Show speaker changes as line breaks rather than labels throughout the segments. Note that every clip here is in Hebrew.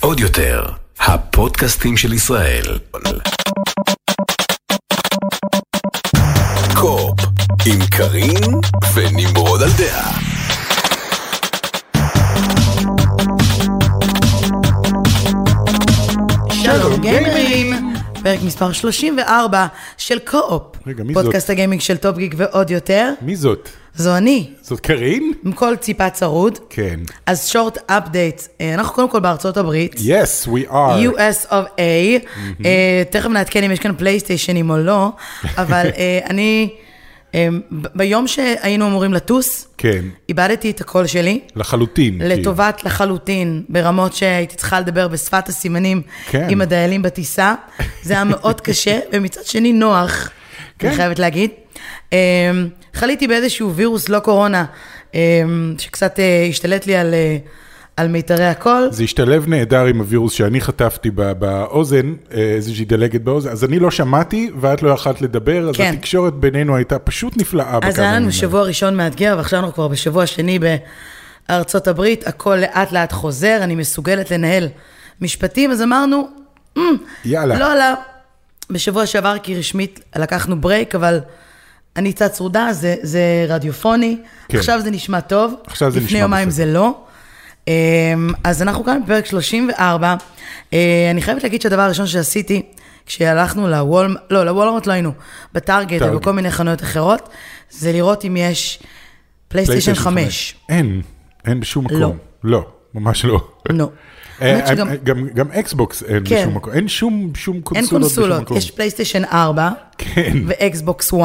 עוד יותר, הפודקאסטים של ישראל. קופ, עם קארין ונמרוד על דעה.
שלום גיימרים! פרק מספר 34 של קו-אופ.
רגע, מי
פודקאסט הגיימינג של טופ גיק ועוד יותר.
מי זאת?
זו אני,
זאת קארין?
עם קול טיפה צרוד.
כן.
אז שורט אפדייט, אנחנו קודם כל בארצות הברית.
Yes, we are.
US of A, אה, תכף נעדכן אם יש כאן פלייסטיישנים או לא, אבל אה, אני, אה, ב- ביום שהיינו אמורים לטוס,
כן,
איבדתי את הקול שלי.
לחלוטין. כאילו.
לטובת לחלוטין, ברמות שהייתי צריכה לדבר בשפת הסימנים
כן.
עם הדיילים בטיסה. זה היה מאוד קשה, ומצד שני נוח,
כן.
אני חייבת להגיד. אמ, חליתי באיזשהו וירוס, לא קורונה, אמ, שקצת אה, השתלט לי על, אה, על מיתרי הקול.
זה השתלב נהדר עם הווירוס שאני חטפתי ב- באוזן, אה, איזושהי דלקת באוזן, אז אני לא שמעתי ואת לא יכלת לדבר, אז
כן.
התקשורת בינינו הייתה פשוט נפלאה בכמה
אז היה לנו
ימים
שבוע ראשון מאתגר, ועכשיו אנחנו כבר בשבוע שני בארצות הברית, הכל לאט לאט חוזר, אני מסוגלת לנהל משפטים, אז אמרנו, "מ,
האלה. יאללה.
לא עלה. בשבוע שעבר, כי רשמית לקחנו ברייק, אבל אני קצת צרודה, זה, זה רדיופוני. כן.
כן.
עכשיו זה נשמע טוב.
עכשיו זה
לפני
נשמע
יומיים
בסדר.
זה לא. אמ, אז אנחנו כאן בפרק 34. אה, אני חייבת להגיד שהדבר הראשון שעשיתי, כשהלכנו לוולמ... לא, לוולמרט לא היינו, בטארגט
טארגט.
ובכל מיני חנויות אחרות, זה לראות אם יש פלייסטיישן
פלייסטיישן
5.
אין, אין בשום מקום.
לא.
לא, ממש לא.
לא. האמת
אה,
שגם
אה, גם- גם אקסבוקס אין
כן.
בשום מקום, אין שום שום
אין
קונסולות בשום
קונסולות,
מקום.
יש פלייסטיישן 4.
כן,
ואקסבוקס 1.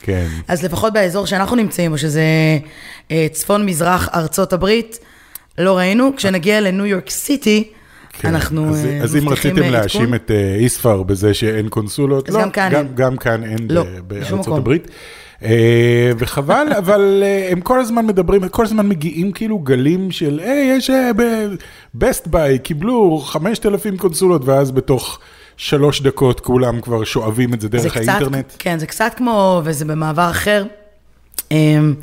כן.
אז לפחות באזור שאנחנו נמצאים, או שזה אה, צפון-מזרח ארצות הברית, לא ראינו. כשנגיע לניו יורק סיטי,
כן.
אנחנו
אז-
אה,
אז אם
מבטיחים
רציתם
אה,
להאשים
עדכון.
את אה, איספר בזה שאין קונסולות,
אז
לא,
גם כאן אין.
גם- גם כאן אין ב-
לא, בשום מקום.
בארצות הברית. אה, וחבל, אבל אה, הם כל הזמן מדברים, כל הזמן מגיעים כאילו גלים של, היי, יש אה, בסט ביי, קיבלו 5,000 קונסולות, ואז בתוך שלוש דקות כולם כבר שואבים את זה
זה
דרך
קצת-
האינטרנט.
כן, זה קצת כמו, וזה במעבר אחר. אמ,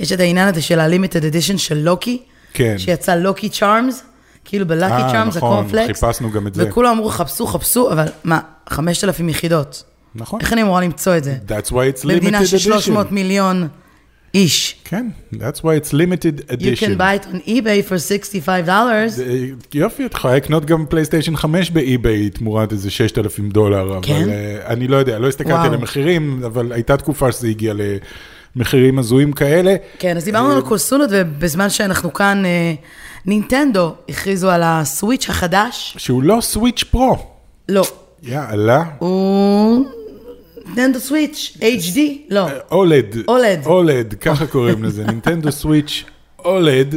יש את העניין הזה של ה-limited edition של לוקי,
כן.
שיצא לוקי צ'ארמס, כאילו בלאקי
אה,
צ'ארמס,
נכון,
הקורנפלקס.
חיפשנו גם את זה.
וכולם אמרו, חפשו, חפשו, אבל מה, 5,000 יחידות.
נכון?
איך אני אמורה למצוא את זה?
That's why it's
במדינה של
limited
300
edition.
מיליון איש.
כן, that's why it's limited
You can
edition.
buy it on eBay for $65.
זה- אה, יופי, את יכולה לקנות גם פלייסטיישן 5 באי-ביי תמורת איזה 6,000 דולר,
כן?
אבל אה, אני לא יודע, לא הסתכלתי
וואו.
על המחירים, אבל הייתה תקופה שזה הגיע למחירים הזויים כאלה.
כן, אז דיברנו על קולסונות, ובזמן שאנחנו כאן, אה, נינטנדו הכריזו על הסוויץ' החדש.
שהוא לא סוויץ' פרו.
לא,
יאללה.
הוא... נינטנדו סוויץ', HD, לא.
אה, אולד.
אולד.
אולד, ככה קוראים לזה, נינטנדו סוויץ' אולד.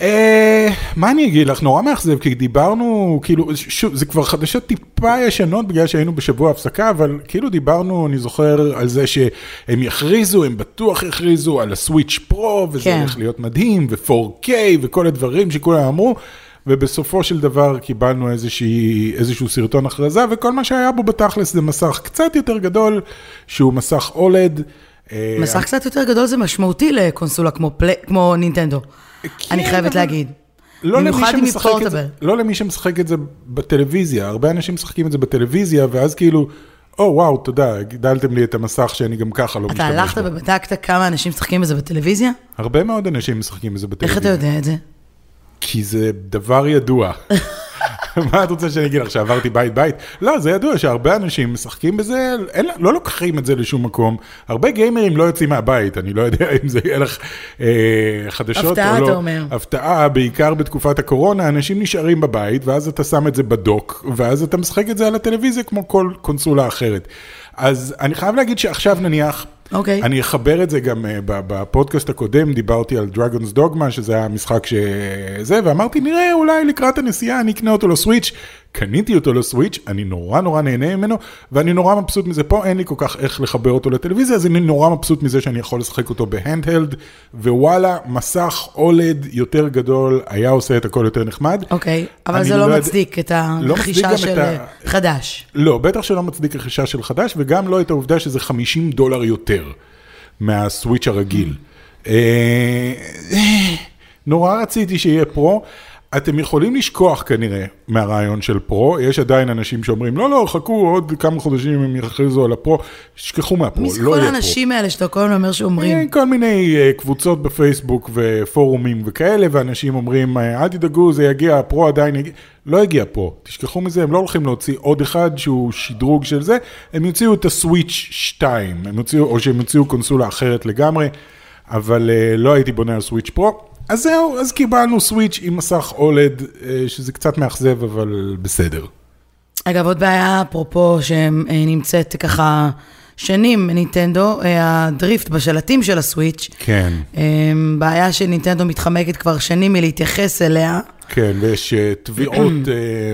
אה, מה אני אגיד לך, נורא מאכזב, כי דיברנו, כאילו, ש- שוב, זה כבר חדשות טיפה ישנות בגלל שהיינו בשבוע הפסקה, אבל כאילו דיברנו, אני זוכר על זה שהם יכריזו, הם בטוח יכריזו על הסוויץ' פרו, וזה
כן.
הולך להיות מדהים, ו-4K, וכל הדברים שכולם אמרו. ובסופו של דבר קיבלנו איזושהי, איזשהו סרטון הכרזה, וכל מה שהיה בו בתכלס זה מסך קצת יותר גדול, שהוא מסך אולד. אה,
מסך קצת יותר גדול זה משמעותי לקונסולה כמו פלי- כמו נינטנדו. אני חייבת
כן, אבל-
להגיד.
לא למי
במיוחד אם היא
שמשחק את זה,
portable.
לא למי שמשחק את זה בטלוויזיה, הרבה אנשים משחקים את זה בטלוויזיה, ואז כאילו, או וואו, תודה, הגדלתם לי את המסך שאני גם ככה לא
אתה
משתמש
הלכת
בו.
ובדקת כמה אנשים משחקים בזה בטלוויזיה?
הרבה מאוד אנשים משחקים בזה
איך
בטלוויזיה.
אתה יודע את זה?
כי זה דבר ידוע. מה את רוצה שאני אגיד לך, שעברתי בית בית? לא, זה ידוע שהרבה אנשים משחקים בזה, אין, לא לוקחים את זה לשום מקום. הרבה גיימרים לא יוצאים מהבית, אני לא יודע אם זה יהיה לך אה, חדשות או לא.
הפתעה, אתה אומר.
הפתעה, בעיקר בתקופת הקורונה, אנשים נשארים בבית, ואז אתה שם את זה בדוק, ואז אתה משחק את זה על הטלוויזיה כמו כל קונסולה אחרת. אז אני חייב להגיד שעכשיו נניח,
אוקיי.
אני אחבר את זה גם אה, ב- בפודקאסט הקודם, דיברתי על דרגונס דוגמה, שזה היה משחק שזה, ואמרתי, נראה, אולי לקראת הנסיעה אני אקנה אותו לסוויץ'. קניתי אותו לסוויץ', אני נורא נורא נהנה ממנו, ואני נורא מבסוט מזה. פה אין לי כל כך איך לחבר אותו לטלוויזיה, אז אני נורא מבסוט מזה שאני יכול לשחק אותו בהנדהלד, ווואלה, מסך אולד יותר גדול היה עושה את הכל יותר נחמד.
אוקיי, אבל
אני
זה לא
יודע-
מצדיק את
לא מצדיק
הרכישה
גם
של
את ה-
אה, חדש.
לא, בטח שלא מצדיק רכישה של חדש, וגם לא את העובדה שזה 50 דולר יותר מהסוויץ' הרגיל. אה, אה, נורא רציתי שיהיה פרו. אתם יכולים לשכוח כנראה מהרעיון של פרו, יש עדיין אנשים שאומרים, לא, לא, חכו עוד כמה חודשים הם יכריזו על הפרו, תשכחו מהפרו,
מי
לא
זה
יהיה פרו.
כל האנשים האלה שאתה כל הזמן אומר שאומרים?
אה, כל מיני אה, קבוצות בפייסבוק ופורומים וכאלה, ואנשים אומרים, אה, אל תדאגו, זה יגיע, הפרו עדיין יגיע. לא יגיע פרו, תשכחו מזה, הם לא הולכים להוציא עוד אחד שהוא שדרוג של זה, הם יוציאו את הסוויץ' 2, הם יוציאו, או שהם יוציאו קונסולה אחרת לגמרי, אבל אה, לא הייתי בונה על סוויץ' פרו. אז זהו, אז קיבלנו סוויץ' עם מסך אולד, אה, שזה קצת מאכזב, אבל בסדר.
אגב, עוד בעיה, אפרופו, שנמצאת ככה שנים, נינטנדו, אה, הדריפט בשלטים של הסוויץ'.
כן.
אה, בעיה שנינטנדו מתחמקת כבר שנים מלהתייחס אליה.
כן, ויש אה, תביעות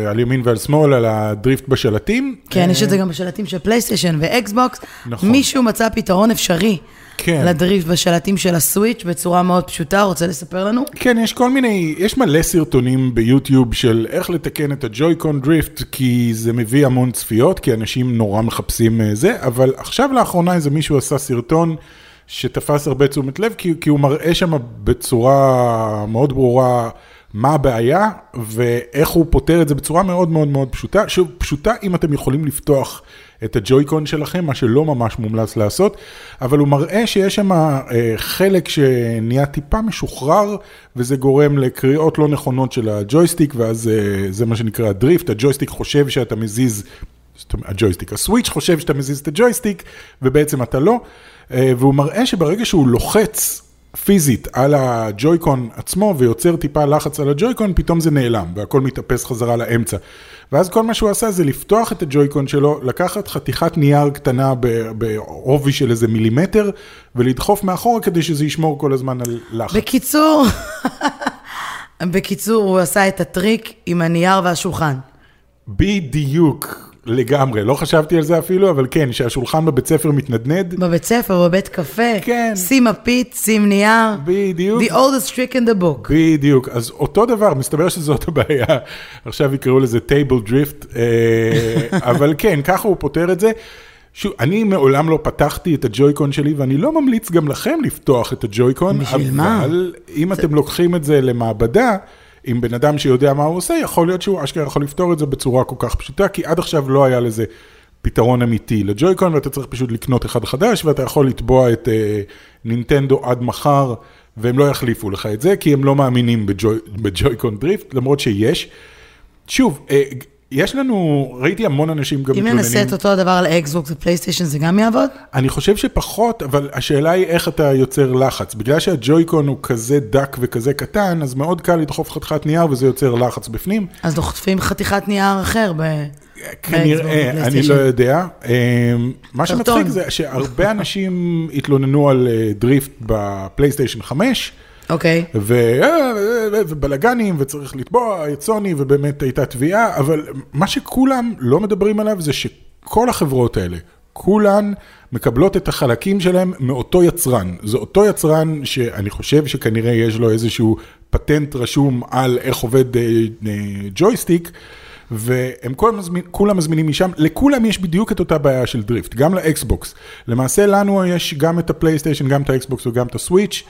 אה, על ימין ועל שמאל על הדריפט בשלטים.
כן, יש
אה,
את זה גם בשלטים של פלייסטיישן ואקסבוקס.
נכון.
מישהו מצא פתרון אפשרי
כן.
לדריפט בשלטים של הסוויץ' בצורה מאוד פשוטה, רוצה לספר לנו?
כן, יש כל מיני, יש מלא סרטונים ביוטיוב של איך לתקן את הג'וי-קון דריפט, כי זה מביא המון צפיות, כי אנשים נורא מחפשים אה, זה, אבל עכשיו לאחרונה איזה מישהו עשה סרטון שתפס הרבה תשומת לב, כי, כי הוא מראה שם בצורה מאוד ברורה מה הבעיה, ואיך הוא פותר את זה בצורה מאוד מאוד מאוד פשוטה. שוב, פשוטה אם אתם יכולים לפתוח את הג'וי-קון שלכם, מה שלא ממש מומלץ לעשות, אבל הוא מראה שיש שם אה, חלק שנהיה טיפה משוחרר, וזה גורם לקריאות לא נכונות של הג'ויסטיק, ואז אה, זה מה שנקרא דריפט, הג'ויסטיק חושב שאתה מזיז, זאת אומרת, הג'ויסטיק, הסוויץ' חושב שאתה מזיז את הג'ויסטיק, ובעצם אתה לא, אה, והוא מראה שברגע שהוא לוחץ פיזית על הג'ויקון עצמו ויוצר טיפה לחץ על הג'ויקון, פתאום זה נעלם והכל מתאפס חזרה לאמצע. ואז כל מה שהוא עשה זה לפתוח את הג'ויקון שלו, לקחת חתיכת נייר קטנה ב- בעובי של איזה מילימטר ולדחוף מאחורה כדי שזה ישמור כל הזמן על לחץ.
בקיצור, בקיצור, הוא עשה את הטריק עם הנייר והשולחן.
בדיוק, לגמרי, לא חשבתי על זה אפילו, אבל כן, שהשולחן בבית ספר מתנדנד,
בבית ספר, בבית קפה,
כן.
שים מפית, שים נייר.
בדיוק.
The oldest trick in the book.
בדיוק, אז אותו דבר, מסתבר שזאת הבעיה, עכשיו יקראו לזה טייבל דריפט, אבל כן, ככה הוא פותר את זה. שוב, אני מעולם לא פתחתי את הג'ויקון שלי, ואני לא ממליץ גם לכם לפתוח את הג'ויקון,
בשביל
נכון, אבל
מה?
אם אתם לוקחים את זה למעבדה, עם בן אדם שיודע מה הוא עושה, יכול להיות שהוא אשכרה יכול לפתור את זה בצורה כל כך פשוטה, כי עד עכשיו לא היה לזה פתרון אמיתי לג'ויקון, ואתה צריך פשוט לקנות אחד חדש, ואתה יכול לתבוע את אה, נינטנדו עד מחר, והם לא יחליפו לך את זה, כי הם לא מאמינים בג'וי- בג'ויקון דריפט, למרות שיש. שוב, אה, יש לנו, ראיתי המון אנשים גם
אם ננסה את אותו הדבר על אקסבוקס ופלייסטיישן, זה גם יעבוד?
אני חושב שפחות, אבל השאלה היא איך אתה יוצר לחץ. בגלל שהג'ויקון הוא כזה דק וכזה קטן, אז מאוד קל לדחוף חתיכת נייר וזה יוצר לחץ בפנים.
אז דוחפים חתיכת נייר אחר ב...
כנראה, אני
בפלייסטיישן.
לא יודע. אה, מה
קרטון.
שמצחיק זה שהרבה אנשים התלוננו על אה, דריפט בפלייסטיישן 5.
אוקיי.
ו- אה, אה, אה, ובלאגנים, וצריך לתבוע את סוני, ובאמת הייתה תביעה, אבל מה שכולם לא מדברים עליו זה שכל החברות האלה, כולן מקבלות את החלקים שלהם מאותו יצרן. זה אותו יצרן שאני חושב שכנראה יש לו איזשהו פטנט רשום על איך עובד אה, אה, ג'ויסטיק. והם כל מזמין, כולם מזמינים משם, לכולם יש בדיוק את אותה בעיה של דריפט, גם לאקסבוקס. למעשה לנו יש גם את הפלייסטיישן, גם את האקסבוקס וגם את הסוויץ'.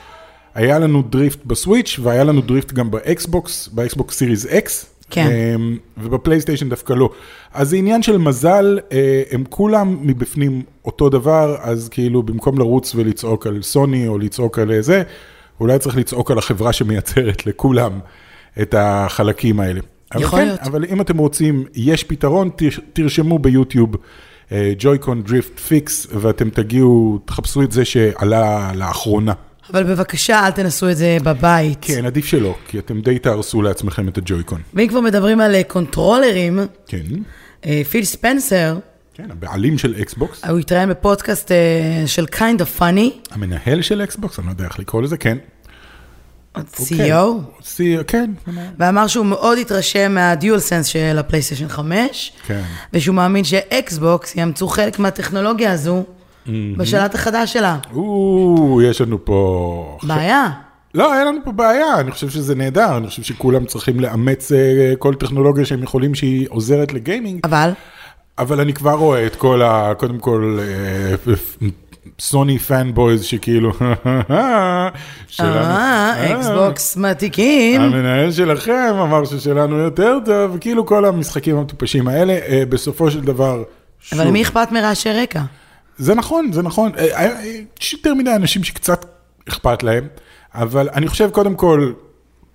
היה לנו דריפט בסוויץ' והיה לנו דריפט גם באקסבוקס, באקסבוקס סיריס אקס.
כן.
אמ, ובפלייסטיישן דווקא לא. אז זה עניין של מזל, אה, הם כולם מבפנים אותו דבר, אז כאילו במקום לרוץ ולצעוק על סוני או לצעוק על אה, זה, אולי צריך לצעוק על החברה שמייצרת לכולם את החלקים האלה. אבל
יכול
כן,
להיות.
אבל אם אתם רוצים, יש פתרון, תרש- תרשמו ביוטיוב אה, ג'ויקון דריפט פיקס, ואתם תגיעו, תחפשו את זה שעלה לאחרונה.
אבל בבקשה, אל תנסו את זה בבית.
כן, עדיף שלא, כי אתם די תהרסו לעצמכם את הג'ויקון.
ואם כבר מדברים על אה, קונטרולרים,
כן,
אה, פיל ספנסר, אה,
כן, הבעלים של אקסבוקס,
הוא התראיין בפודקאסט אה, של kind of funny,
המנהל של אקסבוקס, אני לא יודע איך לקרוא לזה, כן. הוא
CEO,
כן, הוא CEO, כן, מנהל.
ואמר שהוא מאוד התרשם מהדיול סנס של הפלייסטיישן 5,
כן.
ושהוא מאמין שאקסבוקס יאמצו חלק מהטכנולוגיה הזו בשלט החדש שלה.
או, יש לנו פה...
בעיה.
לא, אין לנו פה בעיה, אני חושב שזה נהדר, אני חושב שכולם צריכים לאמץ אה, כל טכנולוגיה שהם יכולים שהיא עוזרת לגיימינג,
אבל,
אבל אני כבר רואה את כל ה... קודם כל, אה, סוני פאנבויז שכאילו, שלנו,
אה, אקסבוקס מתיקים.
המנהל שלכם אמר ששלנו יותר טוב, כאילו כל המשחקים המטופשים האלה, אה, בסופו של דבר, שוב.
אבל למי אכפת מרעשי רקע?
זה נכון, זה נכון. אה, אה, אה, יש יותר מדי אנשים שקצת אכפת להם, אבל אני חושב קודם כל,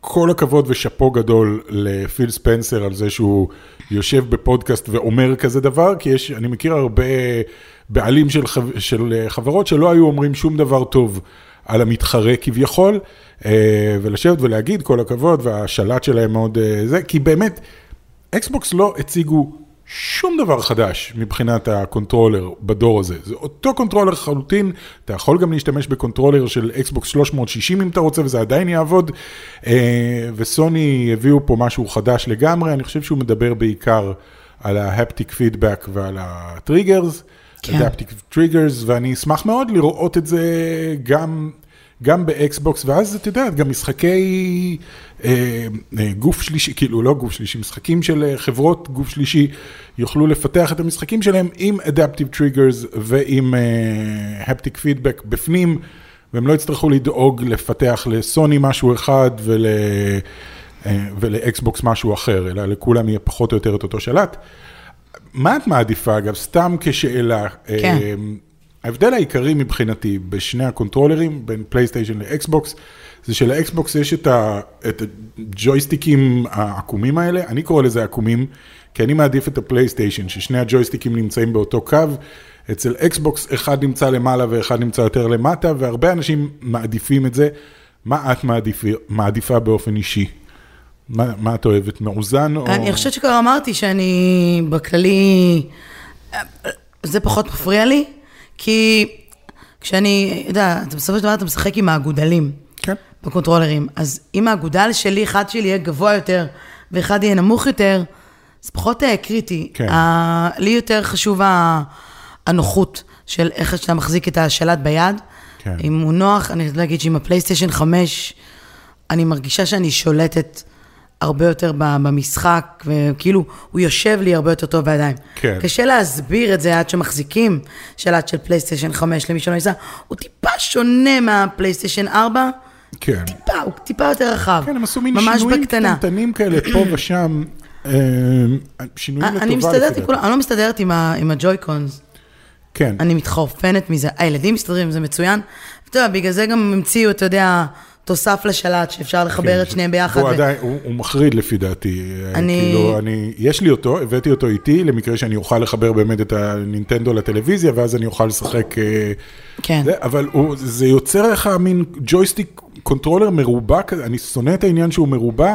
כל הכבוד ושאפו גדול לפיל ספנסר על זה שהוא יושב בפודקאסט ואומר כזה דבר, כי יש, אני מכיר הרבה בעלים של, חב, של אה, חברות שלא היו אומרים שום דבר טוב על המתחרה כביכול, אה, ולשבת ולהגיד כל הכבוד, והשלט שלהם מאוד אה, זה, כי באמת, אקסבוקס לא הציגו שום דבר חדש מבחינת הקונטרולר בדור הזה. זה אותו קונטרולר חלוטין, אתה יכול גם להשתמש בקונטרולר של אקסבוקס 360 אם אתה רוצה, וזה עדיין יעבוד. אה, וסוני הביאו פה משהו חדש לגמרי, אני חושב שהוא מדבר בעיקר על ההפטיק פידבק ועל הטריגרס.
כן.
כן. הדפטיק טריגרס, ואני אשמח מאוד לראות את זה גם, גם באקסבוקס, ואז את יודעת, גם משחקי אה, אה, גוף שלישי, כאילו לא גוף שלישי, משחקים של אה, חברות גוף שלישי, יוכלו לפתח את המשחקים שלהם עם אדפטיב טריגרס ועם הפטיק פידבק בפנים, והם לא יצטרכו לדאוג לפתח לסוני משהו אחד ול... אה, ולאקסבוקס משהו אחר, אלא לכולם יהיה פחות או יותר את אותו שלט. מה את מעדיפה, אגב, סתם כשאלה?
כן.
אה, ההבדל העיקרי מבחינתי בשני הקונטרולרים, בין פלייסטיישן לאקסבוקס, זה שלאקסבוקס יש את, ה, את הג'ויסטיקים העקומים האלה, אני קורא לזה עקומים, כי אני מעדיף את הפלייסטיישן, ששני הג'ויסטיקים נמצאים באותו קו. אצל אקסבוקס אחד נמצא למעלה ואחד נמצא יותר למטה, והרבה אנשים מעדיפים את זה. מה את מעדיפי, מעדיפה באופן אישי? מה, מה את אוהבת, מאוזן או...
אני חושבת שכבר אמרתי שאני בכללי, זה פחות מפריע לי, כי כשאני, אתה יודע, אתה בסופו של דבר אתה משחק עם האגודלים
כן.
בקונטרולרים, אז אם האגודל שלי, אחד שלי יהיה גבוה יותר ואחד יהיה נמוך יותר, זה פחות אה, קריטי.
כן.
ה- לי יותר חשוב ה- הנוחות של איך שאתה מחזיק את השלט ביד.
כן.
אם הוא נוח, אני יודעת להגיד שעם הפלייסטיישן 5, אני מרגישה שאני שולטת הרבה יותר ב- במשחק, וכאילו, הוא יושב לי הרבה יותר טוב בידיים.
כן.
קשה להסביר את זה עד שמחזיקים שלט של פלייסטיישן 5 למי שלא ניסה, הוא טיפה שונה מהפלייסטיישן 4,
כן.
טיפה, הוא טיפה יותר רחב.
כן, הם עשו מין
ממש
שינויים
בקטנה.
קטנטנים כאלה פה ושם, אה, שינויים לטובה.
אה, אני מסתדרת
לפי
עם כולם, אני לא מסתדרת עם ה- עם הג'ויקונס.
דעתי. כן,
אני מתחרפנת מזה. הילדים מסתדרים עם זה מצוין. אתה יודע, בגלל זה גם המציאו, אתה יודע, תוסף לשלט שאפשר לחבר את שניהם ביחד.
הוא
ו-
כן, עדיין, הוא הוא מחריד לפי דעתי.
אני-
אני... כאילו, אני, יש לי אותו, הבאתי אותו איתי, למקרה שאני אוכל לחבר באמת את הנינטנדו לטלוויזיה, ואז אני אוכל לשחק... אה,
כן.
זה, אבל הוא, זה יוצר לך מין ג'ויסטיק קונטרולר מרובע כזה, אני שונא את העניין שהוא מרובע,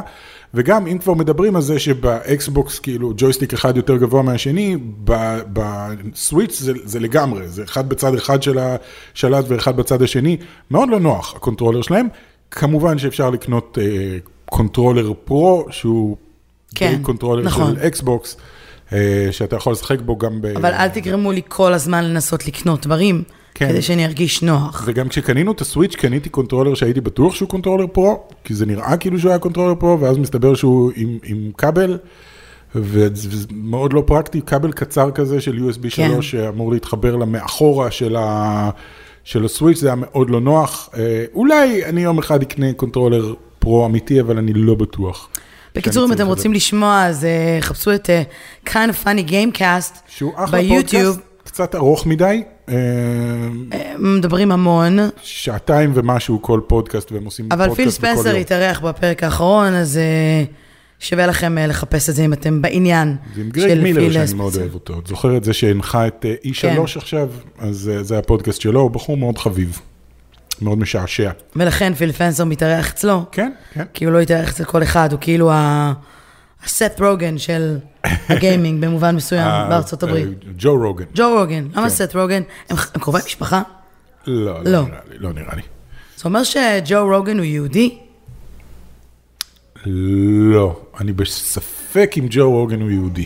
וגם אם כבר מדברים על זה שבאקסבוקס כאילו ג'ויסטיק אחד יותר גבוה מהשני, ב- בסוויץ' זה, זה לגמרי, זה אחד בצד אחד של השלט ואחד בצד השני, מאוד לא נוח הקונטרולר שלהם, כמובן שאפשר לקנות אה, קונטרולר פרו שהוא
כן,
די קונטרולר
נכון.
של אקסבוקס. אה, שאתה יכול לשחק בו גם ב...
אבל אל תגרמו לי כל הזמן לנסות לקנות דברים,
כן.
כדי שאני ארגיש נוח.
וגם כשקנינו את הסוויץ', קניתי קונטרולר שהייתי בטוח שהוא קונטרולר פרו, כי זה נראה כאילו שהוא היה קונטרולר פרו, ואז מסתבר שהוא עם, עם כבל, ומאוד לא פרקטי, כבל קצר כזה של USB 3
כן.
שאמור להתחבר למאחורה של, ה, של הסוויץ', זה היה מאוד לא נוח. אה, אולי אני יום אחד אקנה קונטרולר פרו אמיתי, אבל אני לא בטוח.
בקיצור,
שאני
אם
צריך
אתם
את
רוצים לשמוע, אז אה, חפשו את אה, kind of funny gamecast
שהוא אחלה
ביוטיוב.
פודקאסט, קצת ארוך מדי, אה,
אה, מדברים המון,
שעתיים ומשהו כל פודקאסט, והם עושים פודקאסט
אבל
בכל
פיל
יום.
ספנסר התארח בפרק האחרון, אז אה, שווה לכם אה, לחפש את זה אם אתם בעניין
זה עם
של
גרג מילר,
פיל
שאני
ספנסר.
מאוד אוהב אותו. את זוכרת זה שהנחה את אה, E3
כן.
עכשיו? אז אה, זה הפודקאסט שלו, הוא בחור מאוד חביב. מאוד משעשע.
ולכן פיל ספנסר מתארח אצלו,
כן, כן.
כי הוא לא התארח אצל כל אחד, הוא כאילו ה... הסט רוגן של הגיימינג במובן מסוים
אה,
בארצות
אה, כן.
הברית.
ג'ו רוגן.
ג'ו רוגן, למה סט רוגן? הם הם קרובי משפחה?
לא,
לא.
לא נראה לי, לא נראה לי.
זה אומר שג'ו רוגן הוא יהודי?
לא, אני בספק אם ג'ו רוגן הוא יהודי.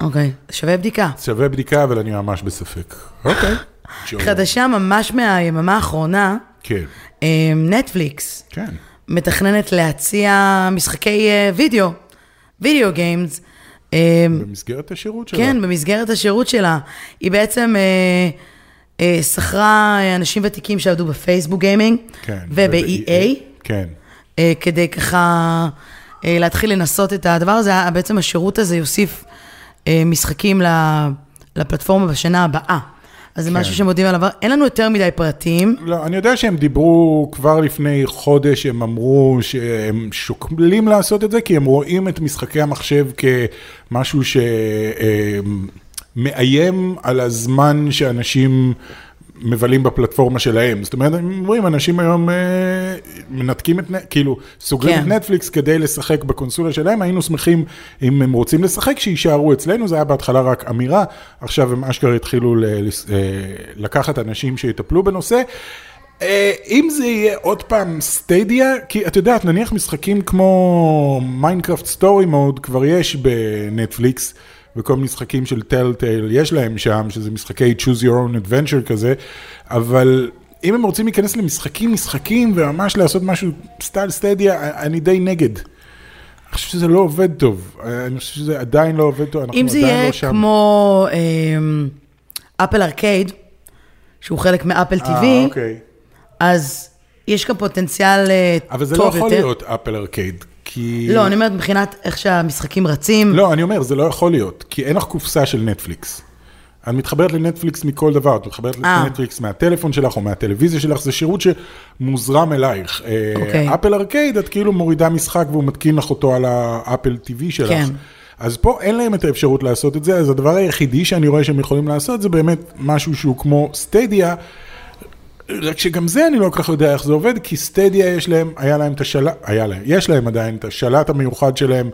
אוקיי, שווה בדיקה.
שווה בדיקה, אבל אני ממש בספק. אוקיי. ג'ו רוגן.
חדשה ממש מהיממה האחרונה,
כן,
אה, נטפליקס
כן.
מתכננת להציע משחקי אה, וידאו, וידאו גיימס. אה,
במסגרת השירות שלו.
כן, במסגרת השירות שלה. היא בעצם אה, אה, שכרה אה, אנשים ותיקים שעבדו בפייסבוק גיימינג,
כן.
וב-EA,
כן.
אה, כדי ככה אה, להתחיל לנסות את הדבר הזה. אה, בעצם השירות הזה יוסיף אה, משחקים ל- לפלטפורמה בשנה הבאה. אז זה משהו שהם יודעים עליו, אין לנו יותר מדי פרטים.
לא, אני יודע שהם דיברו כבר לפני חודש, הם אמרו שהם שוקלים לעשות את זה, כי הם רואים את משחקי המחשב כמשהו שמאיים על הזמן שאנשים מבלים בפלטפורמה שלהם. זאת אומרת, הם אומרים, אנשים היום אה, מנתקים את, נ- כאילו, סוגרים
כן.
את נטפליקס כדי לשחק בקונסולה שלהם, היינו שמחים אם הם רוצים לשחק, שיישארו אצלנו, זה היה בהתחלה רק אמירה, עכשיו הם אשכרה התחילו ל- לס- אה, לקחת אנשים שיטפלו בנושא. אה, אם זה יהיה עוד פעם סטדיה, כי את יודעת, נניח משחקים כמו מיינקראפט סטורי מוד כבר יש בנטפליקס, וכל מיני משחקים של טל טייל יש להם שם, שזה משחקי choose your own adventure כזה, אבל אם הם רוצים להיכנס למשחקים משחקים וממש לעשות משהו סטייל סטדיה, אני די נגד. אני חושב שזה לא עובד טוב, אני חושב שזה עדיין לא עובד טוב, אנחנו
אם זה
עדיין
יהיה
לא שם.
כמו אמ, אפל ארקייד, שהוא חלק מאפל
אה,
TV,
אוקיי.
אז יש כאן פוטנציאל אה, טוב יותר.
אבל זה לא יכול להיות אפל ארקייד, כי...
לא, אני אומרת מבחינת איך שהמשחקים רצים.
לא, אני אומר, זה לא יכול להיות, כי אין לך קופסה של נטפליקס. את מתחברת לנטפליקס מכל דבר, את מתחברת
אה.
לנטפליקס מהטלפון שלך או מהטלוויזיה שלך, זה שירות שמוזרם אלייך. אה,
אוקיי.
אפל ארקייד, את כאילו מורידה משחק והוא מתקין לך אותו על האפל TV שלך.
כן.
אז פה אין להם את האפשרות לעשות את זה, אז הדבר היחידי שאני רואה שהם יכולים לעשות זה באמת משהו שהוא כמו סטדיה, רק שגם זה אני לא כל כך יודע איך זה עובד, כי סטדיה יש להם, היה להם את השלט, היה להם, יש להם עדיין את השלט המיוחד שלהם,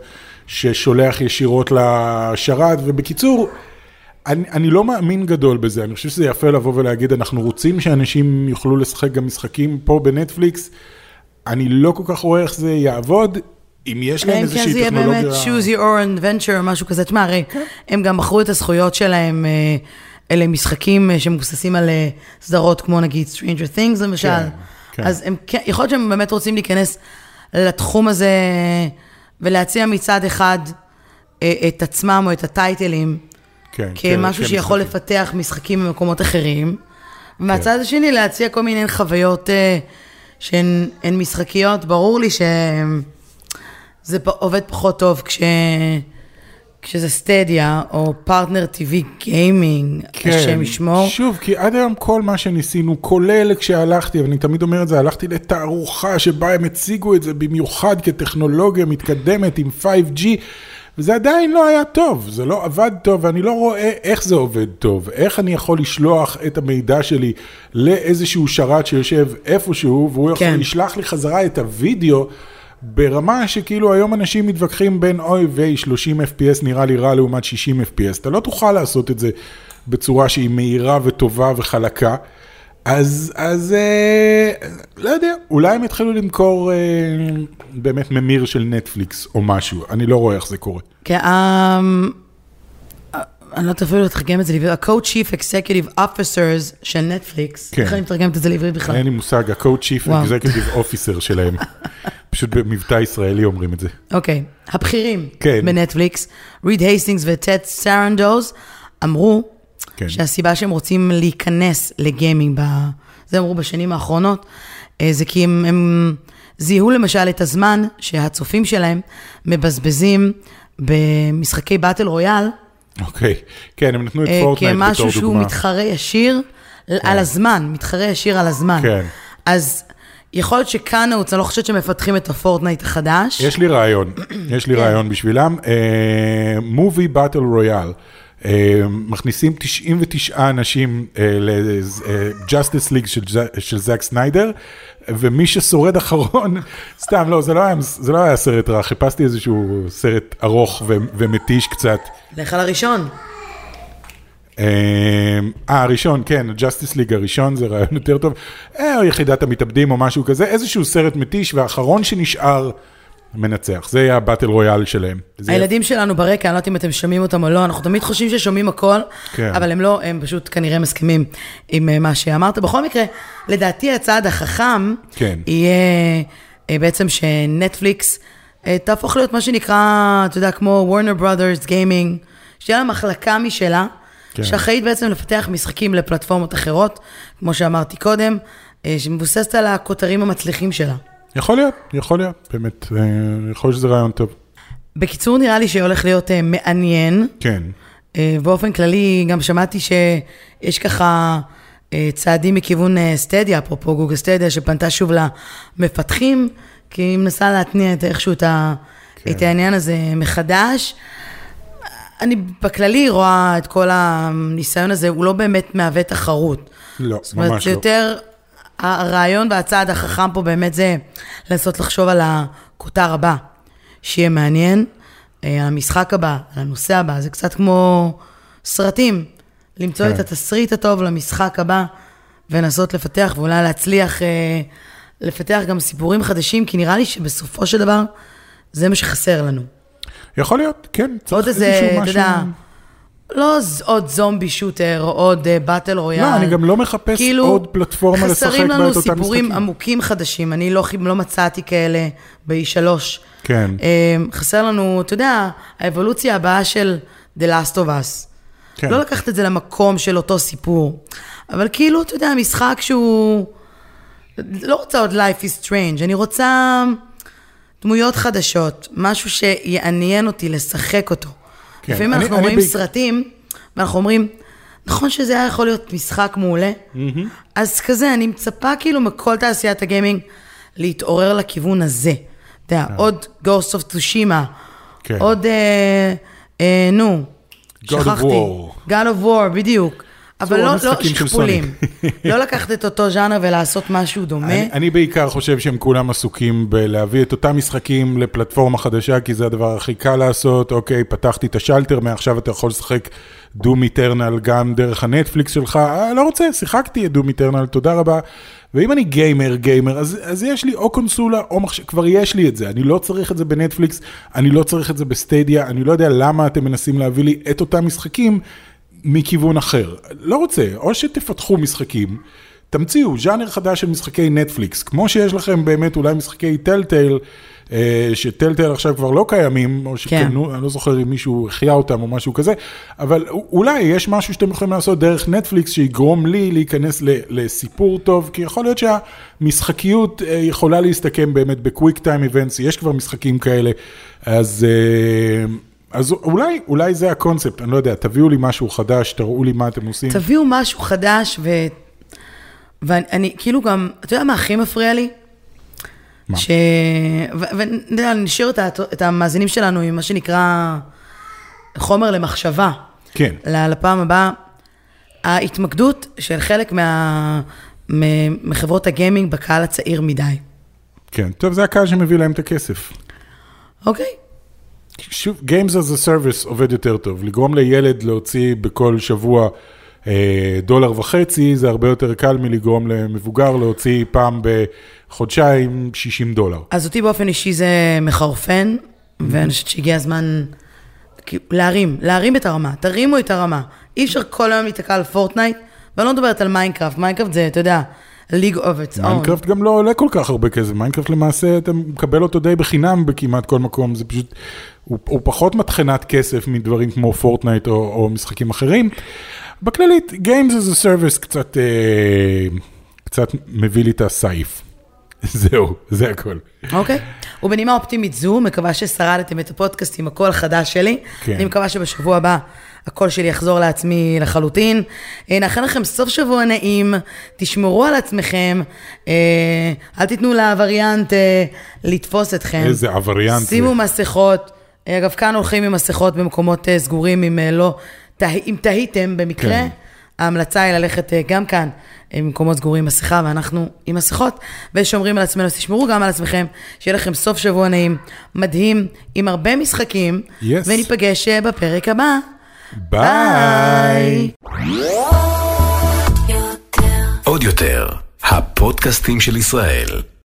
ששולח ישירות לשרת, ובקיצור, אני, אני לא מאמין גדול בזה, אני חושב שזה יפה לבוא ולהגיד, אנחנו רוצים שאנשים יוכלו לשחק גם משחקים פה בנטפליקס, אני לא כל כך רואה איך זה יעבוד, אם יש להם
אלא אם
איזושהי
כן זה
טכנולוגיה... אוקיי.
יהיה באמת choose your own adventure או משהו כזה. תשמע, הרי הם גם מכרו את הזכויות שלהם אה, אלה משחקים אה, שמבוססים על אה, סדרות כמו נגיד Stranger Things למשל.
כן, כן.
אז הם כן- יכול להיות שהם באמת רוצים להיכנס לתחום הזה אה, ולהציע מצד אחד אה, את עצמם או את הטייטלים
כן,
כמשהו
כן,
שיכול
משחקים.
לפתח משחקים במקומות אחרים. ומהצד
כן.
השני להציע כל מיני חוויות אה, שהן הן משחקיות, ברור לי שזה פ- עובד פחות טוב כש... כשזה סטדיה או פרטנר טיווי גיימינג, השם ישמור.
כן. שוב, כי עד היום כל מה שניסינו, כולל כשהלכתי, ואני תמיד אומר את זה, הלכתי לתערוכה שבה הם הציגו את זה במיוחד כטכנולוגיה מתקדמת עם 5G, וזה עדיין לא היה טוב, זה לא עבד טוב, ואני לא רואה איך זה עובד טוב, איך אני יכול לשלוח את המידע שלי לאיזשהו שרת שיושב איפשהו, והוא יכול
כן.
ישלח לי חזרה את הוידאו. ברמה שכאילו היום אנשים מתווכחים בין אוי ויי 30 FPS נראה לי רע לעומת 60 FPS, אתה לא תוכל לעשות את זה בצורה שהיא מהירה וטובה וחלקה, אז, אז אה, לא יודע, אולי הם יתחילו למכור אה, באמת ממיר של נטפליקס או משהו, אני לא רואה איך זה קורה.
כי ה... אני לא יודעת אפילו לתרגם את זה לעברית, ה-co chief executive officers של נטפליקס,
כן.
איך אני מתרגמת את זה לעברית בכלל?
אין לי מושג, ה-co chief
כן. וואו.
executive officer שלהם, פשוט במבטא ישראלי אומרים את זה.
אוקיי, הבכירים
כן.
בנטפליקס, ריד הייסטינגס וטד סרנדוז, אמרו
כן.
שהסיבה שהם רוצים להיכנס לגיימינג, ב... זה אמרו בשנים האחרונות, אה, זה כי הם, הם זיהו למשל את הזמן שהצופים שלהם מבזבזים במשחקי אה, באטל רויאל,
אוקיי, כן, הם נתנו את
אה,
פורטנייט בתור דוגמה.
כמשהו שהוא מתחרה ישיר ל- על הזמן, מתחרה ישיר על הזמן.
כן.
אז יכול להיות שקאנוץ, אני לא חושבת שמפתחים את הפורטנייט החדש.
יש לי רעיון, יש לי רעיון בשבילם. אה, מובי באטל רויאל. אה, מכניסים 99 אנשים אה, לג'אסטיס ליג של זאק סניידר, ומי ששורד אחרון, סתם, לא, זה לא היה- זה לא היה סרט רע, חיפשתי איזשהו סרט ארוך ו- ומתיש קצת.
לך על הראשון.
אה, אה, הראשון, כן, ג'סטיס ליג הראשון זה רעיון יותר טוב. אה, או יחידת המתאבדים או משהו כזה, איזשהו סרט מתיש, והאחרון שנשאר מנצח. זה יהיה הבטל רויאל שלהם. זה יהיה-
הילדים שלנו ברקע, אני לא יודעת אם אתם שומעים אותם או לא, אנחנו תמיד חושבים ששומעים הכל,
כן.
אבל הם לא, הם פשוט כנראה מסכימים עם אה, מה שאמרת. בכל מקרה, לדעתי הצעד החכם
כן.
יהיה אה, בעצם שנטפליקס אה, תהפוך להיות מה שנקרא, אתה יודע, כמו Warner Brothers Gaming, שתהיה לה מחלקה משלה,
כן.
שאחראית בעצם לפתח משחקים לפלטפורמות אחרות, כמו שאמרתי קודם, אה, שמבוססת על הכותרים המצליחים שלה.
יכול להיות, יכול להיות, באמת, אה, יכול להיות שזה רעיון טוב.
בקיצור, נראה לי שהולך להיות אה, מעניין.
כן,
אה, באופן כללי, גם שמעתי שיש ככה אה, צעדים מכיוון אה, סטדיה, אפרופו גוגל סטדיה, שפנתה שוב למפתחים, כי היא מנסה להתניע את איכשהו את, ה...
כן.
כן. את העניין הזה מחדש. אני בכללי רואה את כל הניסיון הזה, הוא לא באמת מהווה תחרות.
לא,
זאת אומרת,
ממש
זה
לא.
יותר, הרעיון והצעד החכם פה באמת זה לנסות לחשוב על הכותר הבא, שיהיה מעניין, אה, על המשחק הבא, על הנושא הבא, זה קצת כמו סרטים, למצוא
כן.
את התסריט הטוב למשחק הבא, ולנסות לפתח ואולי להצליח אה, לפתח גם סיפורים חדשים, כי נראה לי שבסופו של דבר זה מה שחסר לנו.
יכול להיות, כן,
עוד
צריך
איזה,
איזשהו
אתה
משהו.
יודע, לא ז- עוד זומבי שוטר, או עוד אה, באטל רויאל.
לא, אני גם לא מחפש
כאילו,
עוד פלטפורמה לשחק בה את
חסרים
אותם
לנו
משחקים.
סיפורים עמוקים חדשים, אני לא, לא מצאתי כאלה ב-E3.
כן.
חסר לנו, אתה יודע, האבולוציה הבאה של The Last of Us.
כן.
לא לקחת את זה למקום של אותו סיפור, אבל כאילו, אתה יודע, משחק שהוא... לא רוצה עוד Life is Strange, אני רוצה דמויות חדשות, משהו שיעניין אותי לשחק אותו.
כן,
כן, לפעמים
אני-
אנחנו
אני
רואים
בעיק-
סרטים, ואנחנו אומרים, נכון שזה היה יכול להיות משחק מעולה, אז כזה, אני מצפה כאילו מכל תעשיית הגיימינג להתעורר לכיוון הזה. אתה יודע, עוד Ghost of Tsushima,
כן.
עוד, אה, אה, נו,
God of
שכחתי.
War.
God of War, בדיוק. אבל
צור,
לא, לא,
המשחקים של
שכפולים. לא לקחת את אותו ז'אנר ולעשות משהו דומה.
אני, אני בעיקר חושב שהם כולם עסוקים בלהביא את אותם משחקים לפלטפורמה חדשה, כי זה הדבר הכי קל לעשות. אוקיי, פתחתי את השלטר, מעכשיו אתה יכול לשחק דום איטרנל גם דרך הנטפליקס שלך. אה, לא רוצה, שיחקתי את דום איטרנל, תודה רבה. ואם אני גיימר, גיימר, אז, אז יש לי או קונסולה או מחשב, כבר יש לי את זה, אני לא צריך את זה בנטפליקס, אני לא צריך את זה בסטדיה, אני לא יודע למה אתם מנסים להביא לי את אותם משחקים מכיוון אחר. לא רוצה, או שתפתחו משחקים, תמציאו ז'אנר חדש של משחקי נטפליקס, כמו שיש לכם באמת אולי משחקי טלטייל, אה, שטלטייל עכשיו כבר לא קיימים, או שקנו, כן. אני לא זוכר אם מישהו החיה אותם או משהו כזה, אבל א- אולי יש משהו שאתם יכולים לעשות דרך נטפליקס שיגרום לי להיכנס ל- לסיפור טוב, כי יכול להיות שהמשחקיות אה, יכולה להסתכם באמת בקוויק טיים איבנטס, יש כבר משחקים כאלה, אז... אה, אז אולי, אולי זה הקונספט, אני לא יודע, תביאו לי משהו חדש, תראו לי מה אתם עושים.
תביאו משהו חדש, ו... ואני אני, כאילו גם, אתה יודע מה הכי מפריע לי?
מה?
ש... ונשאיר את, ה- את המאזינים שלנו עם מה שנקרא חומר למחשבה.
כן.
ל- לפעם הבאה. ההתמקדות של חלק מה... מ- מחברות הגיימינג בקהל הצעיר מדי.
כן, טוב, זה הקהל שמביא להם את הכסף.
אוקיי?
שוב, Games as a Service עובד יותר טוב. לגרום לילד להוציא בכל שבוע אה, דולר וחצי, זה הרבה יותר קל מלגרום למבוגר להוציא פעם בחודשיים 60 דולר.
אז אותי באופן אישי זה מחרפן, ואני חושבת שהגיע הזמן כאילו, להרים, להרים את הרמה, תרימו את הרמה. אי אפשר כל היום להתקע על פורטנייט, ואני לא מדברת על מיינקראפט, מיינקראפט זה, אתה יודע, ליג אוף אטס און.
מיינקראפט גם לא עולה כל כך הרבה כסף, מיינקראפט למעשה אתה מקבל אותו די בחינם בכמעט כל מקום, זה פשוט, הוא, הוא פחות מטחנת כסף מדברים כמו פורטנייט או, או משחקים אחרים. בכללית, Games as a Service קצת, אה, קצת מביא לי את הסעיף. זהו, זה הכל.
אוקיי? ובנימה אופטימית זו, מקווה ששרדתם את הפודקאסט עם הקול החדש שלי.
כן.
אני מקווה שבשבוע הבא הקול שלי יחזור לעצמי לחלוטין. אה, נאחל לכם סוף שבוע נעים, תשמרו על עצמכם, אה, אל תיתנו לעבריינט אה, לתפוס אתכם.
איזה עבריין זה.
שימו מסכות. אה, אגב, כאן הולכים עם מסכות במקומות אה, סגורים, אם אה, לא, תה- אם תהיתם במקרה.
כן.
ההמלצה היא ללכת אה, גם כאן אה, במקומות סגורים עם מסכה, ואנחנו עם מסכות, ושומרים על עצמנו, אז תשמרו גם על עצמכם, שיהיה לכם סוף שבוע נעים, מדהים, עם הרבה משחקים,
Yes.
וניפגש אה, בפרק הבא.
ביי!
עוד יותר, הפודקאסטים של ישראל.